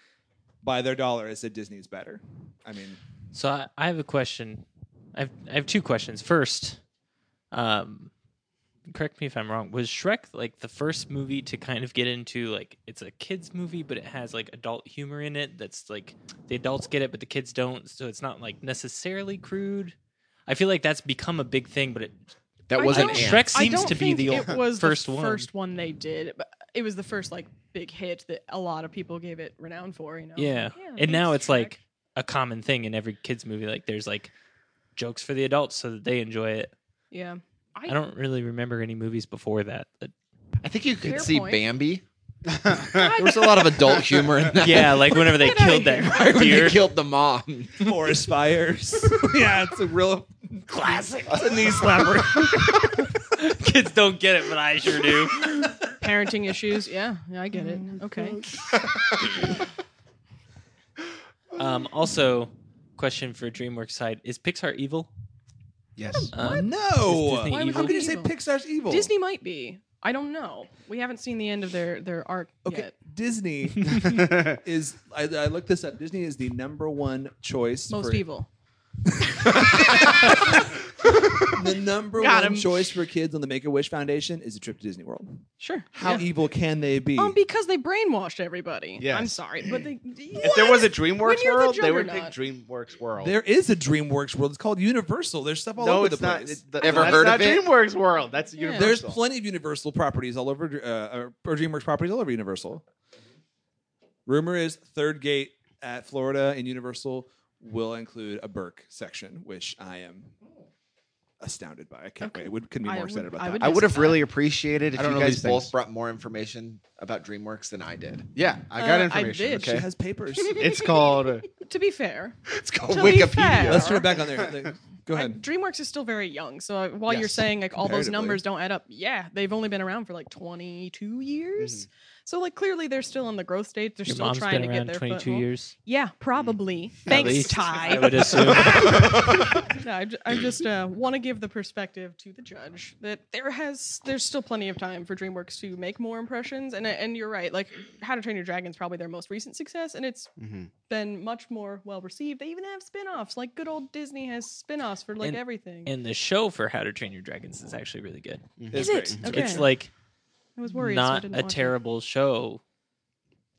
S1: by their dollar, has said Disney is better. I mean,
S2: So I, I have a question. I have, I have two questions. First, um, correct me if I'm wrong. Was Shrek like the first movie to kind of get into like it's a kids movie, but it has like adult humor in it? That's like the adults get it, but the kids don't. So it's not like necessarily crude. I feel like that's become a big thing, but it,
S5: That
S4: I
S5: wasn't
S4: don't-
S5: Ant.
S2: Shrek
S4: I
S2: seems
S4: don't
S2: to be
S4: think
S2: the
S4: it
S2: ol-
S4: was
S2: first
S4: the
S2: one.
S4: first one they did, but it was the first like big hit that a lot of people gave it renown for. You know.
S2: yeah.
S4: Like,
S2: and now it's
S4: Shrek.
S2: like a common thing in every kids movie. Like there's like jokes for the adults so that they enjoy it.
S4: Yeah.
S2: I don't really remember any movies before that. that
S5: I think you could
S4: Fair
S5: see
S4: point.
S5: Bambi. There was a lot of adult humor in that.
S2: yeah, like whenever they
S4: Get outta
S2: killed
S5: Right
S2: that
S5: when
S2: deer.
S5: they killed the mom.
S1: forest fires. yeah, it's a real classic. It's a knee slapper.
S2: Kids don't get it, but I sure do.
S4: Parenting issues. Yeah. Yeah, I get it. Okay.
S2: Um, also, question for DreamWorks side: Is Pixar evil?
S3: Yes.
S2: Um, Is
S1: no.
S2: Disney
S1: Why would-
S2: evil?
S1: How can you say
S4: Evil.
S1: Pixar's evil?
S4: Disney might be. I don't know. We haven't seen the end of their their arc
S1: Okay,
S4: yet.
S1: Disney is. I, I looked this up. Disney is the number one choice.
S4: Most
S1: for,
S4: evil.
S1: The number
S4: Got
S1: one
S4: him.
S1: choice for kids on the Make a Wish Foundation is a trip to Disney World.
S4: Sure.
S1: How
S4: Yeah.
S1: evil can they be?
S4: Um, because they brainwashed everybody.
S3: Yes.
S4: I'm sorry, but they.
S3: If there was a DreamWorks
S4: When you're the
S3: world, they would pick
S4: juggernaut.
S3: DreamWorks world.
S1: there is a DreamWorks world. It's called Universal. There's stuff all
S3: no,
S1: over
S3: it's
S1: the
S3: not.
S1: place.
S3: it- the-
S5: Ever
S3: that's
S5: heard
S3: not
S5: of it?
S3: DreamWorks world. That's
S4: Yeah.
S3: Universal.
S1: There's plenty of Universal properties all over, uh, or- or DreamWorks properties all over Universal. Rumor is Third Gate at Florida in Universal will include a Burke section, which I am astounded by. I can't
S4: Okay.
S1: wait. Would couldn't be
S4: I
S1: more
S4: would-
S1: excited about
S4: I
S1: that.
S4: would
S5: I would have
S4: Yes.
S5: really appreciated
S3: I
S5: if
S3: don't
S5: you
S3: know
S5: guys
S3: these
S5: both
S3: things.
S5: brought more information about DreamWorks than I did.
S3: Yeah, I got
S4: Uh, I
S3: information.
S4: did.
S1: She
S3: Okay.
S1: has papers.
S3: It's called. uh,
S4: to be fair,
S5: It's called
S4: To be fair.
S1: Let's turn it back on there. Go
S4: I-
S1: ahead.
S4: DreamWorks is still very young. So uh, while you're
S3: Yes.
S4: saying like all those
S1: Comparatively.
S4: numbers don't add up, yeah, they've only been around for like 22 years. So like clearly they're still in the growth stage. They're
S2: Your
S4: still
S2: mom's been
S4: trying to get
S2: around
S4: their
S2: 22
S4: foothold.
S2: years.
S4: Yeah, probably.
S2: At
S4: Thanks,
S2: least, I
S4: Ty.
S2: would assume.
S4: No, I, ju- I just uh, want to give the perspective to the judge that there has there's still plenty of time for DreamWorks to make more impressions. And uh, and you're right, like How to Train Your Dragon is probably their most recent success, and it's
S3: hmm
S4: been much more well received. They even have spin-offs, like good old Disney has spin-offs for like
S2: And-
S4: everything.
S2: and the show for How to Train Your Dragons is actually really good.
S4: Is
S1: It's
S4: it?
S1: great.
S4: Okay.
S2: It's like
S4: I was worried. so I
S2: not
S4: didn't
S2: a
S4: watch it.
S2: terrible show.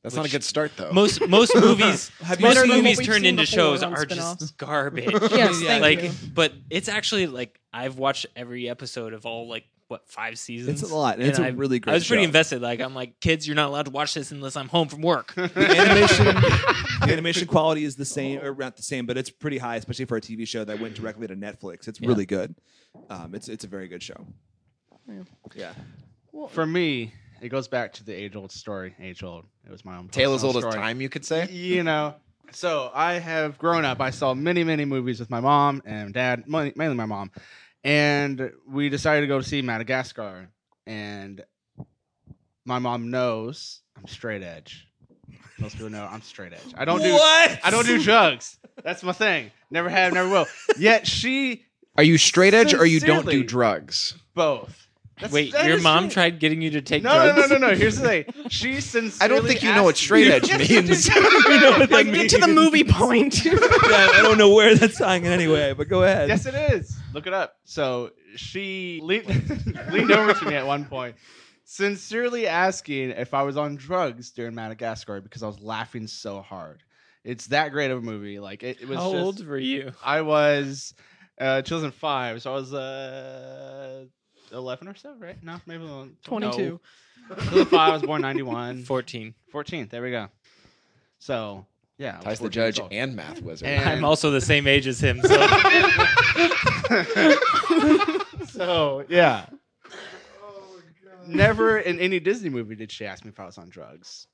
S5: That's not a
S2: Which-
S5: good start though.
S2: Most most movies
S1: Have you
S2: most
S4: Better than what
S2: movies
S4: we've
S2: turned
S4: Oh. seen
S2: into
S4: before
S2: shows
S4: on
S2: are
S4: spin-offs.
S2: just garbage.
S4: Yes,
S1: Yeah.
S4: thank
S2: like
S4: you.
S2: but it's actually like I've watched every episode of all like what five seasons.
S1: It's a lot, and it's a
S2: I-
S1: really great
S2: I was pretty
S1: show.
S2: invested. Like I'm like, kids, you're not allowed to watch this unless I'm home from work.
S1: the animation the animation quality is the same or not the same but it's pretty high especially for a tv show that went directly to netflix it's really good um, it's it's a very good show
S4: Yeah.
S1: yeah
S4: Well,
S3: For me, it goes back to the age old story. Age old. It was my own
S5: Tale as
S3: personal
S5: old as
S3: story.
S5: time, you could say.
S3: You know. So I have grown up. I saw many, many movies with my mom and dad, mon- mainly my mom, and we decided to go see Madagascar. And my mom knows I'm straight edge. Most people know I'm straight edge. I don't do
S2: what?
S3: I don't do drugs. That's my thing. Never have, never will. Yet she
S5: Are you straight edge or you don't do
S3: Sincerely.
S5: drugs?
S3: both. That's-
S2: Wait,
S3: that
S2: your
S3: is
S2: mom
S3: straight-
S2: tried getting you to take
S3: No, no,
S2: drugs.
S3: no, no, no. Here's the thing. She sincerely.
S5: I don't think you know what
S3: asked
S5: straight
S3: me-
S5: edge
S3: Yes, you do.
S5: means.
S3: You know what that
S4: get to the
S3: means.
S4: movie point.
S1: Yeah, i don't know where that's tying in anyway but go ahead
S3: Yes, it is. Look it up. So she leaned, leaned over to me at one point, sincerely asking if I was on drugs during Madagascar because I was laughing so hard. It's that great of a movie. Like it, it was.
S2: How
S3: just,
S2: old were you?
S3: I was uh, 2005, so I was uh, 11 or so, right? No, maybe a little-
S4: 22.
S3: No. 2005, I was born 91.
S2: Fourteen.
S3: 14, there we go. So, yeah. I was
S5: Ty's the
S3: 14 years
S5: judge
S3: old.
S5: and math wizard.
S3: And-
S2: I'm also the same age as him. So
S3: so, yeah. Never in any Disney movie did she ask me if I was on drugs.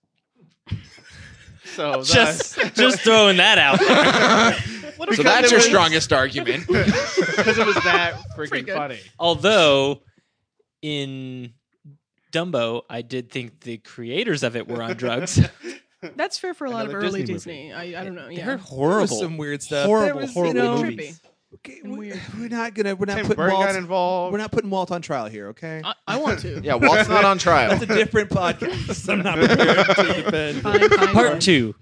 S3: So
S2: just just throwing that out. There.
S3: what
S5: so that's your strongest argument.
S3: because it was that
S4: Pretty
S3: freaking
S4: good.
S3: funny.
S2: Although in Dumbo, I did think the creators of it were on drugs.
S4: That's fair for a lot
S3: Another
S4: of early
S3: Disney
S4: Disney. I, I don't know.
S2: They're
S4: Yeah.
S1: There
S2: horrible.
S1: was some weird stuff
S2: Horrible,
S1: There was, you
S2: horrible
S1: know,
S2: movies.
S4: Trippy.
S1: okay,
S4: And
S1: we,
S4: weird.
S1: we're not gonna we're not
S3: Tim
S1: putting
S3: Burr got
S1: Walt,
S3: involved.
S1: we're not putting Walt on trial here okay
S2: Uh,
S4: I, I want to.
S5: yeah, Walt's not on trial.
S1: that's a different podcast i'm not prepared to defend
S4: Fine, fine, fine.
S2: Part two.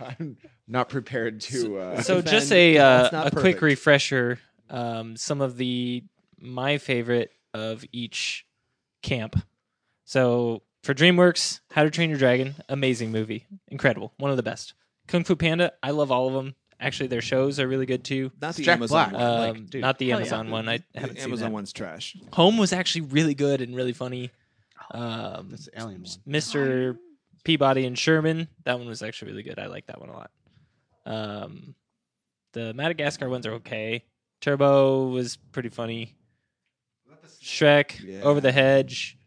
S5: I'm not prepared to. Uh,
S2: So
S1: Defend-
S2: just a uh,
S1: That's
S2: a
S1: not
S2: quick
S1: perfect.
S2: refresher. Um, some of the my favorite of each camp. So for DreamWorks, How to Train Your Dragon, amazing movie, incredible, one of the best. Kung Fu Panda, I love all of them. Actually, their shows are really good too.
S1: not the
S3: Jack
S1: amazon
S3: Black.
S1: one
S2: Um,
S1: like, dude,
S2: not the
S4: Hell yeah.
S2: Amazon one. I
S1: the
S2: haven't seen
S1: amazon
S2: that.
S1: one's trash
S2: Home was actually really good and really funny.
S1: Oh,
S2: Um,
S3: That's the alien one.
S2: Mr. Peabody and Sherman. That one was actually really good. I like that one a lot. Um, the Madagascar ones are okay. Turbo was pretty funny. Shrek,
S1: Yeah.
S2: Over the Hedge,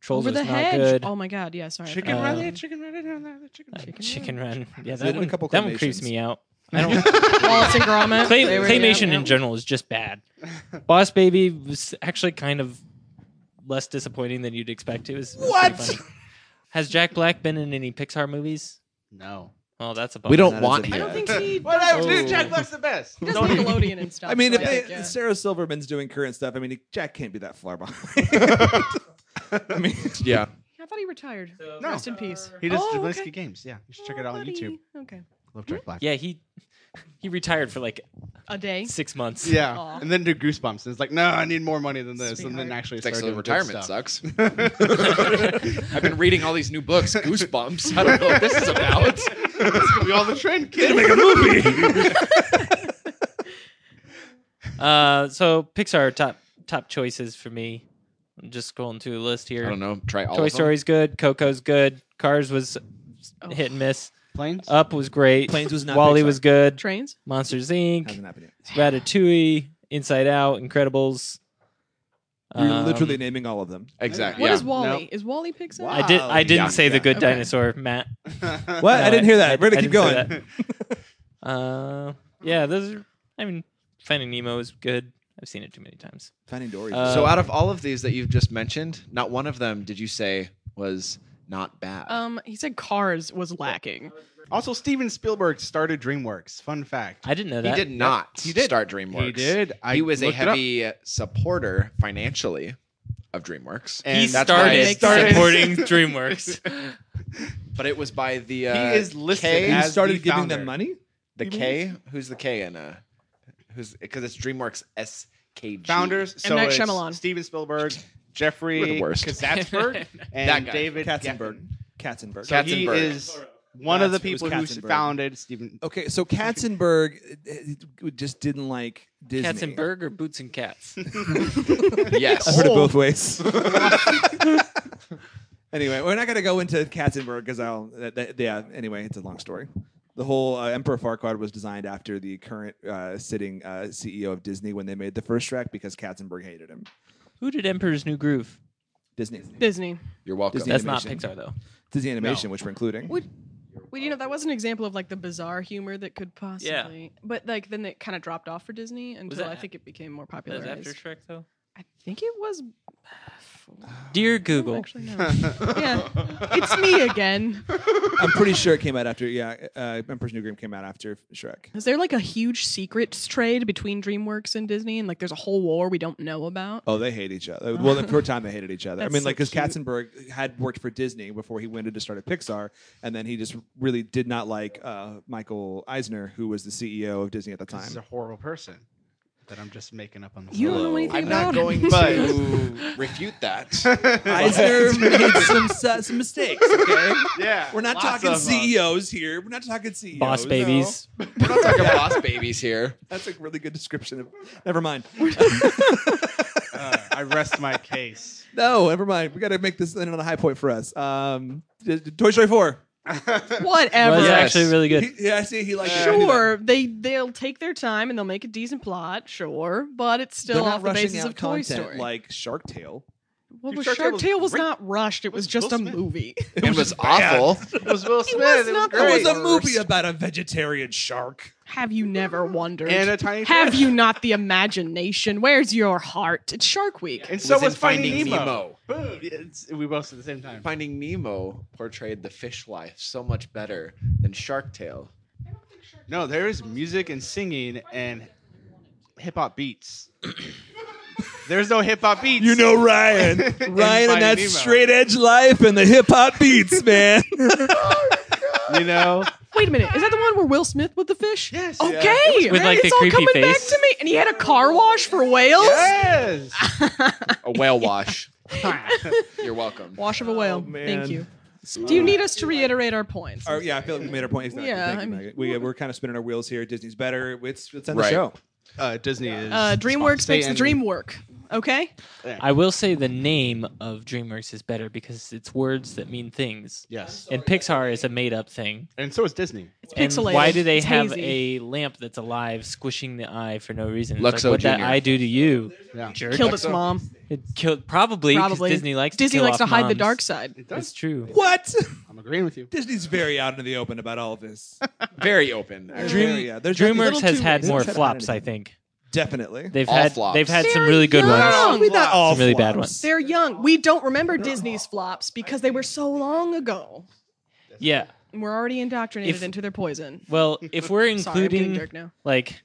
S2: Trolls
S4: Over
S2: was
S4: the
S2: not
S4: hedge.
S2: good.
S4: Oh my god. Yeah. Sorry. I
S3: Chicken
S4: forgot.
S3: run,
S2: Um,
S3: it, chicken run, it, and the chicken
S2: Uh,
S3: run.
S2: Chicken Run. Yeah,
S1: They did
S2: that one,
S1: a couple
S2: that one creeps
S1: claymations.
S2: me out. I don't.
S4: Wallace and Gromit.
S2: Clay,
S4: They were-
S2: claymation
S4: yeah,
S2: in general is just bad. Boss Baby was actually kind of less disappointing than you'd expect. It was, it was pretty
S1: What?
S2: funny. Has Jack Black been in any Pixar movies?
S3: No.
S2: Oh, that's a bummer.
S5: we don't
S1: That
S5: want
S1: is a-
S4: I
S5: him.
S4: don't think he.
S3: What
S4: does-
S3: up, dude? Jack Black's the best.
S4: He does Nickelodeon and stuff.
S1: I mean,
S4: so
S1: if they,
S4: think, yeah.
S1: Sarah Silverman's doing current stuff, I mean, Jack can't be that far behind. I mean,
S5: Yeah,
S4: I thought he retired.
S3: No.
S4: Rest in peace.
S3: He does
S4: Oh,
S3: oh,
S4: okay. Oh,
S3: games. Yeah, you should check it out on
S4: Buddy.
S3: YouTube.
S4: Okay.
S3: Love Jack Black.
S2: Yeah, he he retired for like
S4: A day.
S2: six months.
S3: Yeah,
S4: Aw.
S3: and then do Goosebumps. And it's like, no, I need more money than this, and then
S4: Sweetheart.
S3: actually
S5: it's
S3: start
S5: actually
S3: doing
S5: retirement
S3: retirement
S5: sucks.
S3: stuff.
S5: I've been reading all these new books, Goosebumps. I don't know what this is about.
S3: It's gonna be all the trend, kid.
S2: Uh, so Pixar top top choices for me. I'm just scrolling through the list
S5: I
S2: here.
S5: don't know. Try all
S2: Toy
S5: of them.
S2: Story's good. Coco's good. Cars was
S4: Oh.
S2: hit and miss.
S3: Planes.
S2: Up was great.
S1: Planes was not
S2: Wally
S1: Pixar.
S2: was good.
S4: Trains.
S2: Monsters
S1: hasn't
S2: Inc.
S1: happened yet.
S2: Ratatouille. Inside Out. Incredibles.
S1: You're
S2: Um,
S1: literally naming all of them.
S5: Exactly.
S4: What
S5: yeah.
S4: is Wally?
S3: Nope.
S4: Is Wally Pixar?
S1: Wow.
S2: I did. I didn't
S5: Yeah,
S2: say the
S1: yeah.
S2: Good
S4: Okay.
S2: Dinosaur, Matt.
S3: Uh,
S1: What?
S2: No,
S1: I didn't hear that. We're
S2: I
S1: gonna keep
S2: didn't say
S1: going.
S2: that. uh, yeah, those are. I mean, Finding Nemo is good. I've seen it too many times.
S1: Finding Dory.
S2: Uh,
S5: so out of all of these that you've just mentioned, not one of them did you say was not bad.
S3: Uh,
S4: Um, he said Cars was lacking.
S3: Also, Steven Spielberg started DreamWorks. Fun fact.
S2: I didn't know
S5: he
S2: that.
S5: did not
S3: he did.
S5: start DreamWorks.
S3: He did. I
S5: he was a
S3: looked it up.
S5: heavy supporter financially of DreamWorks.
S2: He
S5: that's
S2: started,
S5: why it
S3: started-
S2: supporting DreamWorks.
S5: But it was by the uh,
S3: He is listed
S5: K,
S1: He
S3: as
S1: started
S3: the
S1: giving
S3: founder.
S1: them money.
S5: the K. Who's the K in uh who's because it's DreamWorks SKG.
S3: Founders. So
S4: Night
S3: it's
S4: Shyamalan.
S3: Steven Spielberg,
S5: We're the
S3: Jeffrey
S5: worst.
S3: Katzenberg, and
S5: That guy.
S3: David
S1: Katzenberg.
S3: Geffen.
S1: Katzenberg.
S3: So he
S5: Katzenberg.
S3: is one of the
S1: Katz- it was
S3: people who
S1: Katzenberg.
S3: founded Steven.
S1: okay, so Katzenberg uh, uh, just didn't like Disney.
S2: Katzenberg or Boots and Cats?
S1: I
S5: Yes.
S1: heard it both ways. anyway, we're not going to go into Katzenberg because I'll. That, that, yeah. Anyway, it's a long story. The whole uh, Emperor Farquaad was designed after the current uh, sitting uh, CEO of Disney when they made the first Shrek because Katzenberg hated him.
S2: Who did Emperor's New Groove?
S1: Disney,
S4: Disney.
S5: You're welcome.
S1: Disney.
S2: That's
S1: Animation.
S2: not Pixar though.
S1: Disney Animation, which we're including.
S4: Would- Well, you know, that was an example of like the bizarre humor that could possibly. But like then it kind of dropped off for Disney until
S2: that-
S4: I think it became more
S2: That
S4: popular.
S2: was after Shrek though.
S4: I think it was.
S2: Dear
S4: I don't
S2: Google,
S4: actually know. yeah, it's me again.
S1: I'm pretty sure it came out after. Yeah, uh, Emperor's New Groove came out after Shrek.
S4: Is there like a huge secrets trade between DreamWorks and Disney, and like there's a whole war we don't know about?
S1: Oh, they hate each other. Well, the first time they hated each other. I
S4: That's
S1: mean,
S4: so
S1: like because
S4: cute.
S1: Katzenberg had worked for Disney before he went in to start at Pixar, and then he just really did not like uh, Michael Eisner, who was the CEO of Disney at the
S3: This is a
S1: time.
S3: horrible person that I'm just making up on the
S4: You don't
S3: fly.
S4: know anything
S5: I'm
S4: about
S5: not going
S4: him.
S5: to refute that.
S1: Eisner made some su- some mistakes. Okay,
S3: Yeah,
S1: we're not
S3: lots
S1: talking E
S3: of uh, them.
S1: CEOs here. We're not talking CEOs.
S2: boss
S1: No.
S2: babies.
S5: We're not talking boss babies here.
S1: That's a really good description of. Never mind.
S3: Uh, I rest my case.
S1: no, never mind. We got to make this end on a high point for us. Um, d- d- Toy Story Four.
S4: Whatever.
S2: Was
S5: Yes.
S2: actually really good.
S1: He- yeah, I see. He liked it. I knew that.
S4: Sure, they they'll take their time and they'll make a decent plot. Sure, but it's still
S1: They're not
S4: off the
S1: rushing
S4: basis
S1: out
S4: of Toy
S1: content
S4: Story.
S1: like Shark Tale.
S4: well,
S3: Dude,
S4: but
S3: Shark
S4: Shark,
S3: Tale was
S4: Tale was
S3: great.
S4: not rushed. It was
S3: Will
S4: just a
S3: Smith.
S4: movie.
S5: It was, awful.
S3: It was Will Smith.
S4: was
S3: it was
S4: not the
S3: great.
S4: It was a movie
S1: about a vegetarian shark.
S4: Have you never wondered?
S3: and a tiny.
S4: Have
S3: fish.
S4: you not the imagination? Where's your heart? It's Shark Week.
S3: And so
S5: was in
S3: was Finding,
S5: Finding
S3: Nemo. Boom. It's- we both at the same time.
S5: Finding Nemo portrayed the fish life so much better than Shark Tale.
S3: No, there is music and singing and hip hop beats. There's no hip hop beats.
S1: You know Ryan.
S3: In
S1: Ryan
S3: Finding
S1: and that
S3: Nemo.
S1: straight edge life and the hip hop beats, man.
S3: You know.
S4: Wait a minute. Is that the one where Will Smith with the fish?
S3: Yes.
S4: Okay.
S2: With, like,
S4: it's
S2: the
S4: all
S2: creepy
S4: coming
S2: face.
S4: back to me. And he had a car wash for whales.
S3: Yes.
S5: A whale wash. You're welcome.
S4: Wash of a whale.
S3: Oh,
S1: man.
S4: Thank you. Do you need us to reiterate our points?
S1: All right, yeah, I feel like we made our point. Exactly.
S4: Yeah,
S1: Thank you,
S4: I mean-
S1: Maggie. we, we're kind of spinning our wheels here. Disney's better. It's, let's end
S5: Right.
S1: the show.
S3: uh, Disney is.
S4: Uh, DreamWorks
S3: They
S4: makes the
S3: and-
S4: dream work. Okay.
S2: I will say the name of DreamWorks is better because it's words that mean things,
S3: Yes.
S2: and Pixar is a made-up thing.
S3: And so is Disney.
S4: It's
S2: And
S4: pixelated.
S2: why do they
S4: It's
S2: have
S4: hazy.
S2: a lamp that's alive, squishing the eye for no reason? It's
S5: Luxo
S2: like, what that
S5: Jr..
S2: eye do to you?
S3: Yeah.
S2: Jerk.
S4: killed its mom?
S2: It killed probably. 'cause
S4: Probably.
S2: Disney likes
S4: Disney
S2: to kill
S4: likes to
S2: off
S4: hide the
S2: moms.
S4: dark side.
S3: It
S2: That's
S3: does.
S2: true.
S1: What?
S3: I'm agreeing with you.
S1: Disney's very out in the open about all of this.
S5: Very open. actually.
S1: Dream- yeah, there's nothing-
S2: DreamWorks
S1: little
S2: has
S1: too
S2: had
S1: lazy.
S2: more
S1: It's not
S2: flops.
S1: happening.
S2: I think
S1: Definitely.
S2: they've
S5: All
S2: had
S5: flops.
S2: they've had some
S4: They're
S2: really good
S4: young.
S2: ones,
S4: We thought-
S1: all
S2: some really bad
S1: flops.
S2: ones.
S4: They're young. We don't remember Disney's flops because they were so long ago.
S2: Yeah.
S4: We're already indoctrinated
S2: If-
S4: into their poison.
S2: Well, if we're
S4: Sorry, I'm getting
S2: including
S4: dark now.
S2: like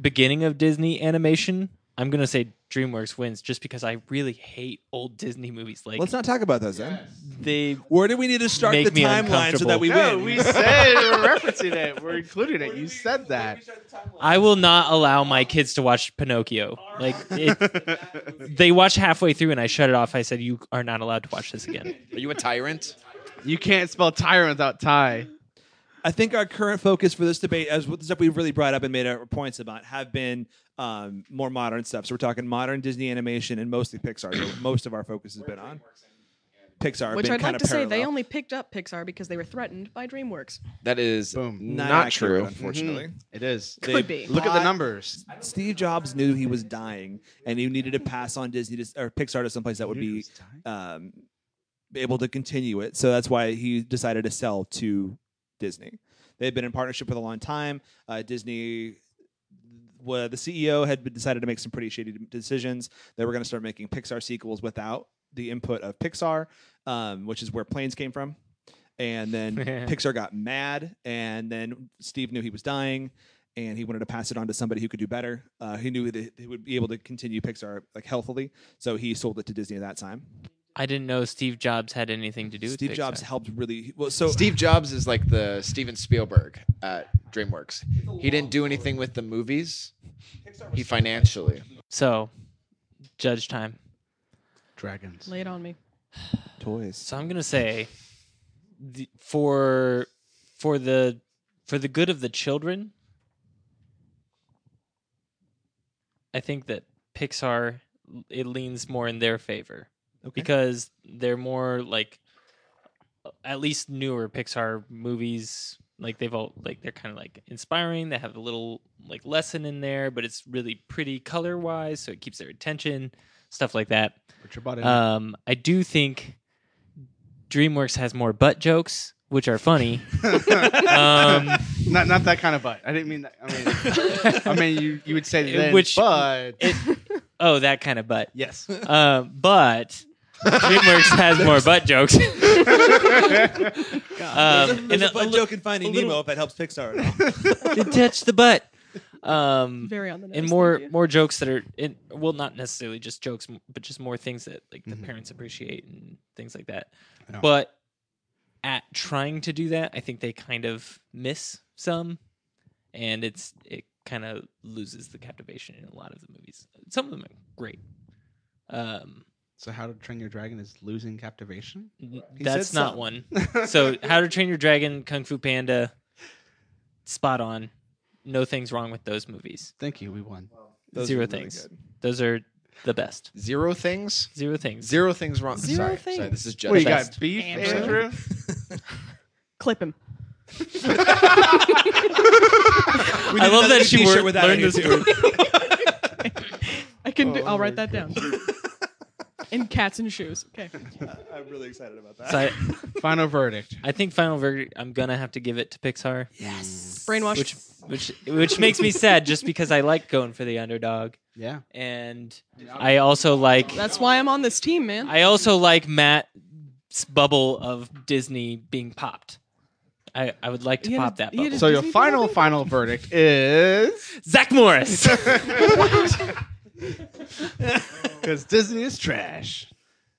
S2: beginning of Disney animation, I'm gonna say DreamWorks wins just because I really hate old Disney movies. Like
S1: Let's not talk about those then.
S2: they
S1: Where do we need to start
S2: Make
S1: the
S2: me
S1: timeline so that we
S3: No,
S1: win?
S3: we said we're referencing it. We're including it. You said that.
S2: I will not allow my kids to watch Pinocchio. Like it, they watch halfway through and I shut it off. I said you are not allowed to watch this again.
S5: Are you a tyrant?
S3: You can't spell tyrant without tie.
S1: I think our current focus for this debate, as with the stuff we've really brought up and made our points about, have been um, more modern stuff. So we're talking modern Disney animation and mostly Pixar. so most of our focus has been on Pixar. have
S4: Which
S1: been
S4: I'd
S1: kind of
S4: like to say they
S1: parallel.
S4: only picked up Pixar because they were threatened by DreamWorks.
S5: That is
S3: Boom.
S5: not,
S1: accurate,
S5: true.
S1: Unfortunately,
S3: It is.
S4: Mm-hmm. Could be.
S3: Look at the numbers.
S1: Steve Jobs knew he was dying, and he needed to pass on Disney to, or Pixar to someplace that would be um, able to continue it. So that's why he decided to sell to Disney. They've been in partnership for a long time. Uh, Disney, E well, the CEO had been- decided to make some pretty shady decisions. They were going to start making Pixar sequels without the input of Pixar, um, which is where planes came from. And then Pixar got mad, and then Steve knew he was dying, and he wanted to pass it on to somebody who could do better. Uh, he knew that he would be able to continue Pixar like healthily, so he sold it to Disney at that time.
S2: I didn't know Steve Jobs had anything to do with
S1: Steve
S2: Pixar.
S1: Jobs helped really well. So
S5: Steve Jobs is like the Steven Spielberg at DreamWorks. He didn't do anything with the movies. He financially.
S2: So, judge time.
S3: Dragons.
S4: Lay it on me.
S1: toys.
S2: So I'm gonna say, the, for for the for the good of the children, I think that Pixar it leans more in their favor
S1: Okay.
S2: because they're more like at least newer Pixar movies. Like they've all like they're kind of like inspiring. They have a little like lesson in there, but it's really pretty color wise, so it keeps their attention, stuff like that.
S3: Put your butt in.
S2: Um, I do think DreamWorks has more butt jokes, which are funny.
S3: uh,
S2: um,
S3: not not that kind of butt. I didn't mean that. I mean, I mean you, you would say then,
S2: Which-
S3: but
S2: it, oh, that kind of butt.
S3: yes.
S2: Um, but DreamWorks has more butt jokes. um,
S1: Um,
S2: and
S1: There's a, fun
S2: li-
S1: joke in Finding
S2: a little-
S1: Nemo if that helps Pixar. at all.
S2: It touched the butt. Um,
S4: Very on the nose.
S2: and
S4: thank
S2: more
S4: you.
S2: more jokes that are in, well, not necessarily just jokes, m- but just more things that like the
S3: Mhm.
S2: parents appreciate and things like that.
S3: Yeah.
S2: But at trying to do that, I think they kind of miss some, and it's it kind of loses the captivation in a lot of the movies. Some of them are great. Um,
S3: So how to train your dragon is losing captivation?
S2: n-
S1: He
S2: that's
S1: said
S2: not
S1: some.
S2: one. So, How to Train Your Dragon, Kung Fu Panda, spot on. No things wrong with those movies.
S3: Thank you, we won.
S1: Those
S2: Zero
S1: were really
S2: things.
S1: good.
S2: Those are the best.
S5: Zero things.
S2: Zero things.
S5: Zero things wrong.
S2: Zero
S5: sorry,
S2: things.
S5: sorry. This is just
S3: What you
S2: best.
S3: got beef,
S4: Andrew.
S3: Andrew?
S4: Clip him.
S1: We
S2: I
S1: need
S2: love
S1: another
S2: that she
S1: t-shirt
S2: wor-
S1: with that
S2: learned
S1: in it,
S2: this
S1: too.
S4: I can. do,
S3: Oh
S4: I'll write
S3: my
S4: that down. In cats and shoes. Okay.
S1: I'm really excited about that.
S2: So I,
S3: Final verdict.
S2: I think Final Verdict. I'm gonna have to give it to Pixar,
S4: Brainwash.
S2: which which which makes me sad, just because I like going for the underdog,
S3: Yeah.
S2: and I also like
S4: That's why I'm on this team, man.
S2: I also like Matt's bubble of Disney being popped. I, I would like to
S4: You had a-
S2: pop that
S4: you had
S2: bubble.
S4: a-
S3: So your
S4: Disney
S3: final
S4: verdict?
S3: final verdict is
S2: Zach Morris.
S3: because Disney is trash.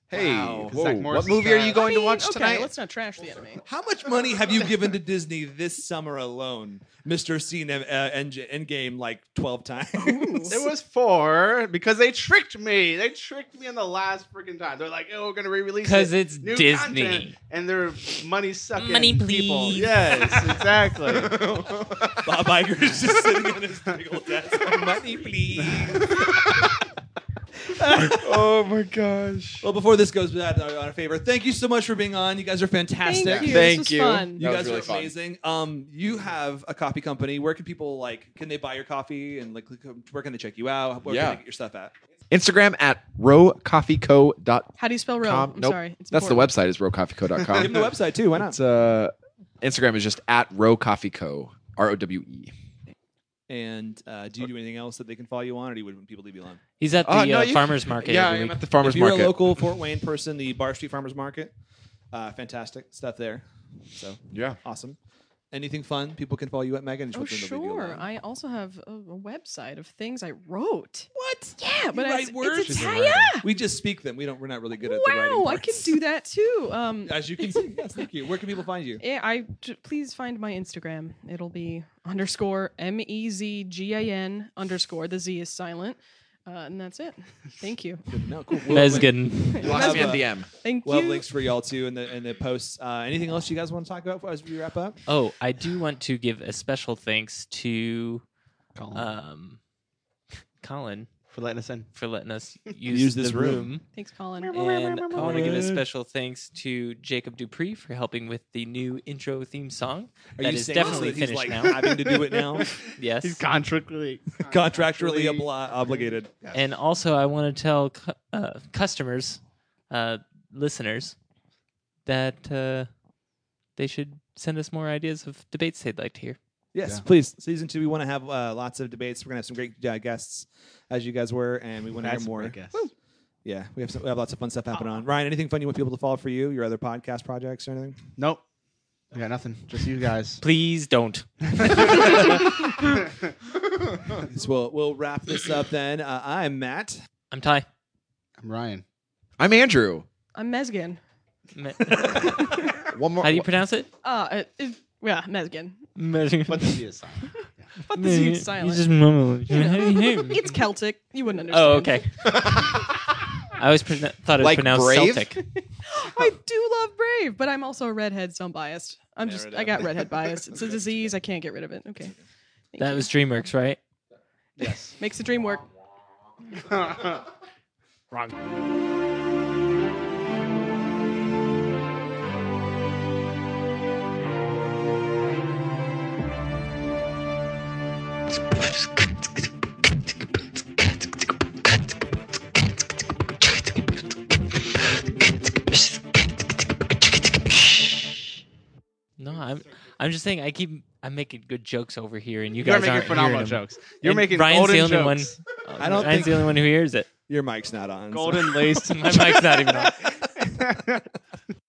S5: Hey,
S1: Wow.
S5: whoa,
S3: Zach Morris
S5: what
S3: is
S5: movie are you
S3: trash.
S5: going
S4: I
S5: to
S4: mean,
S5: watch
S4: okay,
S5: tonight?
S4: Let's not trash the enemy.
S1: How much money have you given to Disney this summer alone, Mister Seen uh, End Endgame like twelve times?
S3: It was four because they tricked me. They tricked me in the last freaking time. They're like, "Oh, we're gonna re-release
S2: 'Cause
S3: it.
S2: it's
S3: New
S2: Disney.
S3: content," and they're money sucking
S2: Money,
S3: people.
S2: please.
S3: Yes, exactly.
S1: Bob Iger's just sitting on his big old desk. Money, please.
S5: Oh my gosh.
S1: Well, before this goes bad, on a favor, thank you so much for being on. You guys are fantastic.
S4: Thank you. this
S5: Thank
S4: was
S5: you.
S4: Fun.
S1: You
S5: That was
S1: guys
S5: really
S1: are
S5: fun.
S1: amazing. Um, you have a coffee company. Where can people like? Can they buy your coffee and like? Where can they check you out? Where
S5: Yeah.
S1: can they get your stuff at?
S5: Instagram at rowcoffeeco.com.
S4: How do you spell row? I'm
S5: Nope.
S4: sorry. It's
S5: That's the
S4: important.
S5: website is
S1: Give them the
S5: rowcoffeeco.com.
S1: website too. Why not?
S5: it's, uh, Instagram is just at rowcoffeeco. R O W E.
S1: And uh, do you do anything else that they can follow you on, or do you would people leave you alone?
S2: He's at the
S5: Uh,
S2: uh,
S5: no, you-
S2: farmers market.
S5: Yeah,
S2: every
S5: I'm
S2: week.
S5: at the farmer's
S1: if you're
S5: market.
S1: a local Fort Wayne person, the Bar Street Farmers Market, uh, fantastic stuff there. So
S5: yeah.
S1: awesome. Anything fun? People can follow you at Megan.
S4: Oh sure. I also have a, a website of things I wrote.
S1: what?
S4: Yeah, but
S1: write
S4: it's,
S1: words?
S4: it's
S1: She's a
S4: Italian.
S1: We just speak them. We don't. We're not really good at the writing.
S4: Wow, I can
S1: parts.
S4: do that too. Um,
S1: As you can see, yes, thank you. Where can people find you?
S4: Yeah, I j- please find my Instagram. It'll be underscore m e z g a n underscore. The z is silent, uh, and that's it. Thank you.
S1: No, cool. We'll
S2: That's
S1: link-
S2: good.
S5: You lost me
S1: Have
S5: at
S1: a-
S5: the M.
S4: Thank
S1: We'll have
S4: you.
S1: links for y'all too in the in the posts. Uh, anything else you guys want to talk about as we wrap up?
S2: Oh, I do want to give a special thanks to
S3: Colin,
S2: um, Colin
S3: for letting us in.
S2: for letting us use,
S1: Use this
S2: the
S1: room.
S4: Thanks, Colin.
S2: And I want to give a
S1: Colin.
S2: special thanks to Jacob Dupree for helping with the new intro theme song.
S1: Are
S2: That
S1: you
S2: is
S1: saying so
S2: definitely
S1: that he's
S2: finished
S1: like
S2: now.
S1: having to do it now?
S2: Yes.
S3: He's contractually
S1: Contractually obli- obligated.
S2: And also, I want to tell cu- uh, customers, uh, listeners, that uh, they should send us more ideas of debates they'd like to hear.
S1: Yes,
S3: Yeah.
S1: please. Season two, we want to have uh, lots of debates. We're gonna have some great uh, guests, as you guys were, and we want to hear more. Yeah, we have some, we have lots of fun stuff happening on. Ryan, anything fun you want people to follow for you? Your other podcast projects or anything?
S3: Nope. I got nothing. Just you guys.
S2: Please don't.
S1: So we'll we'll wrap this up then. Uh, I'm Matt.
S2: I'm Ty.
S3: I'm Ryan.
S5: I'm Andrew.
S4: I'm Mezgin.
S2: Me-
S5: One more.
S2: How do you pronounce it?
S4: Uh, it, it, yeah, Mezgin.
S3: But the is silent. Yeah.
S4: What the huge
S2: You
S4: silent.
S2: just mumble.
S4: it's Celtic. You wouldn't understand.
S2: Oh, okay. I always pre- thought it was
S5: Like
S2: pronounced
S5: brave?
S2: Celtic.
S4: I do love Brave, but I'm also a redhead, so I'm biased. I'm
S5: There it
S4: just
S5: is.
S4: I got redhead bias. It's a disease. I can't get rid of it. Okay. Thank
S2: That
S4: you.
S2: was DreamWorks, right?
S3: Yes.
S4: makes the dream work.
S2: Wrong. No, I'm. I'm just saying. I keep. I'm making good jokes over here, and you
S3: You're
S2: guys
S3: making
S2: aren't
S3: phenomenal
S2: hearing 'em.
S3: jokes. You're
S2: And
S3: making
S2: Ryan's
S3: golden
S2: the only
S3: jokes.
S2: one.
S1: I don't
S2: Ryan's
S1: think-
S2: the only one who hears it.
S1: Your mic's not on. so-
S3: Golden laced.
S2: My mic's not even on.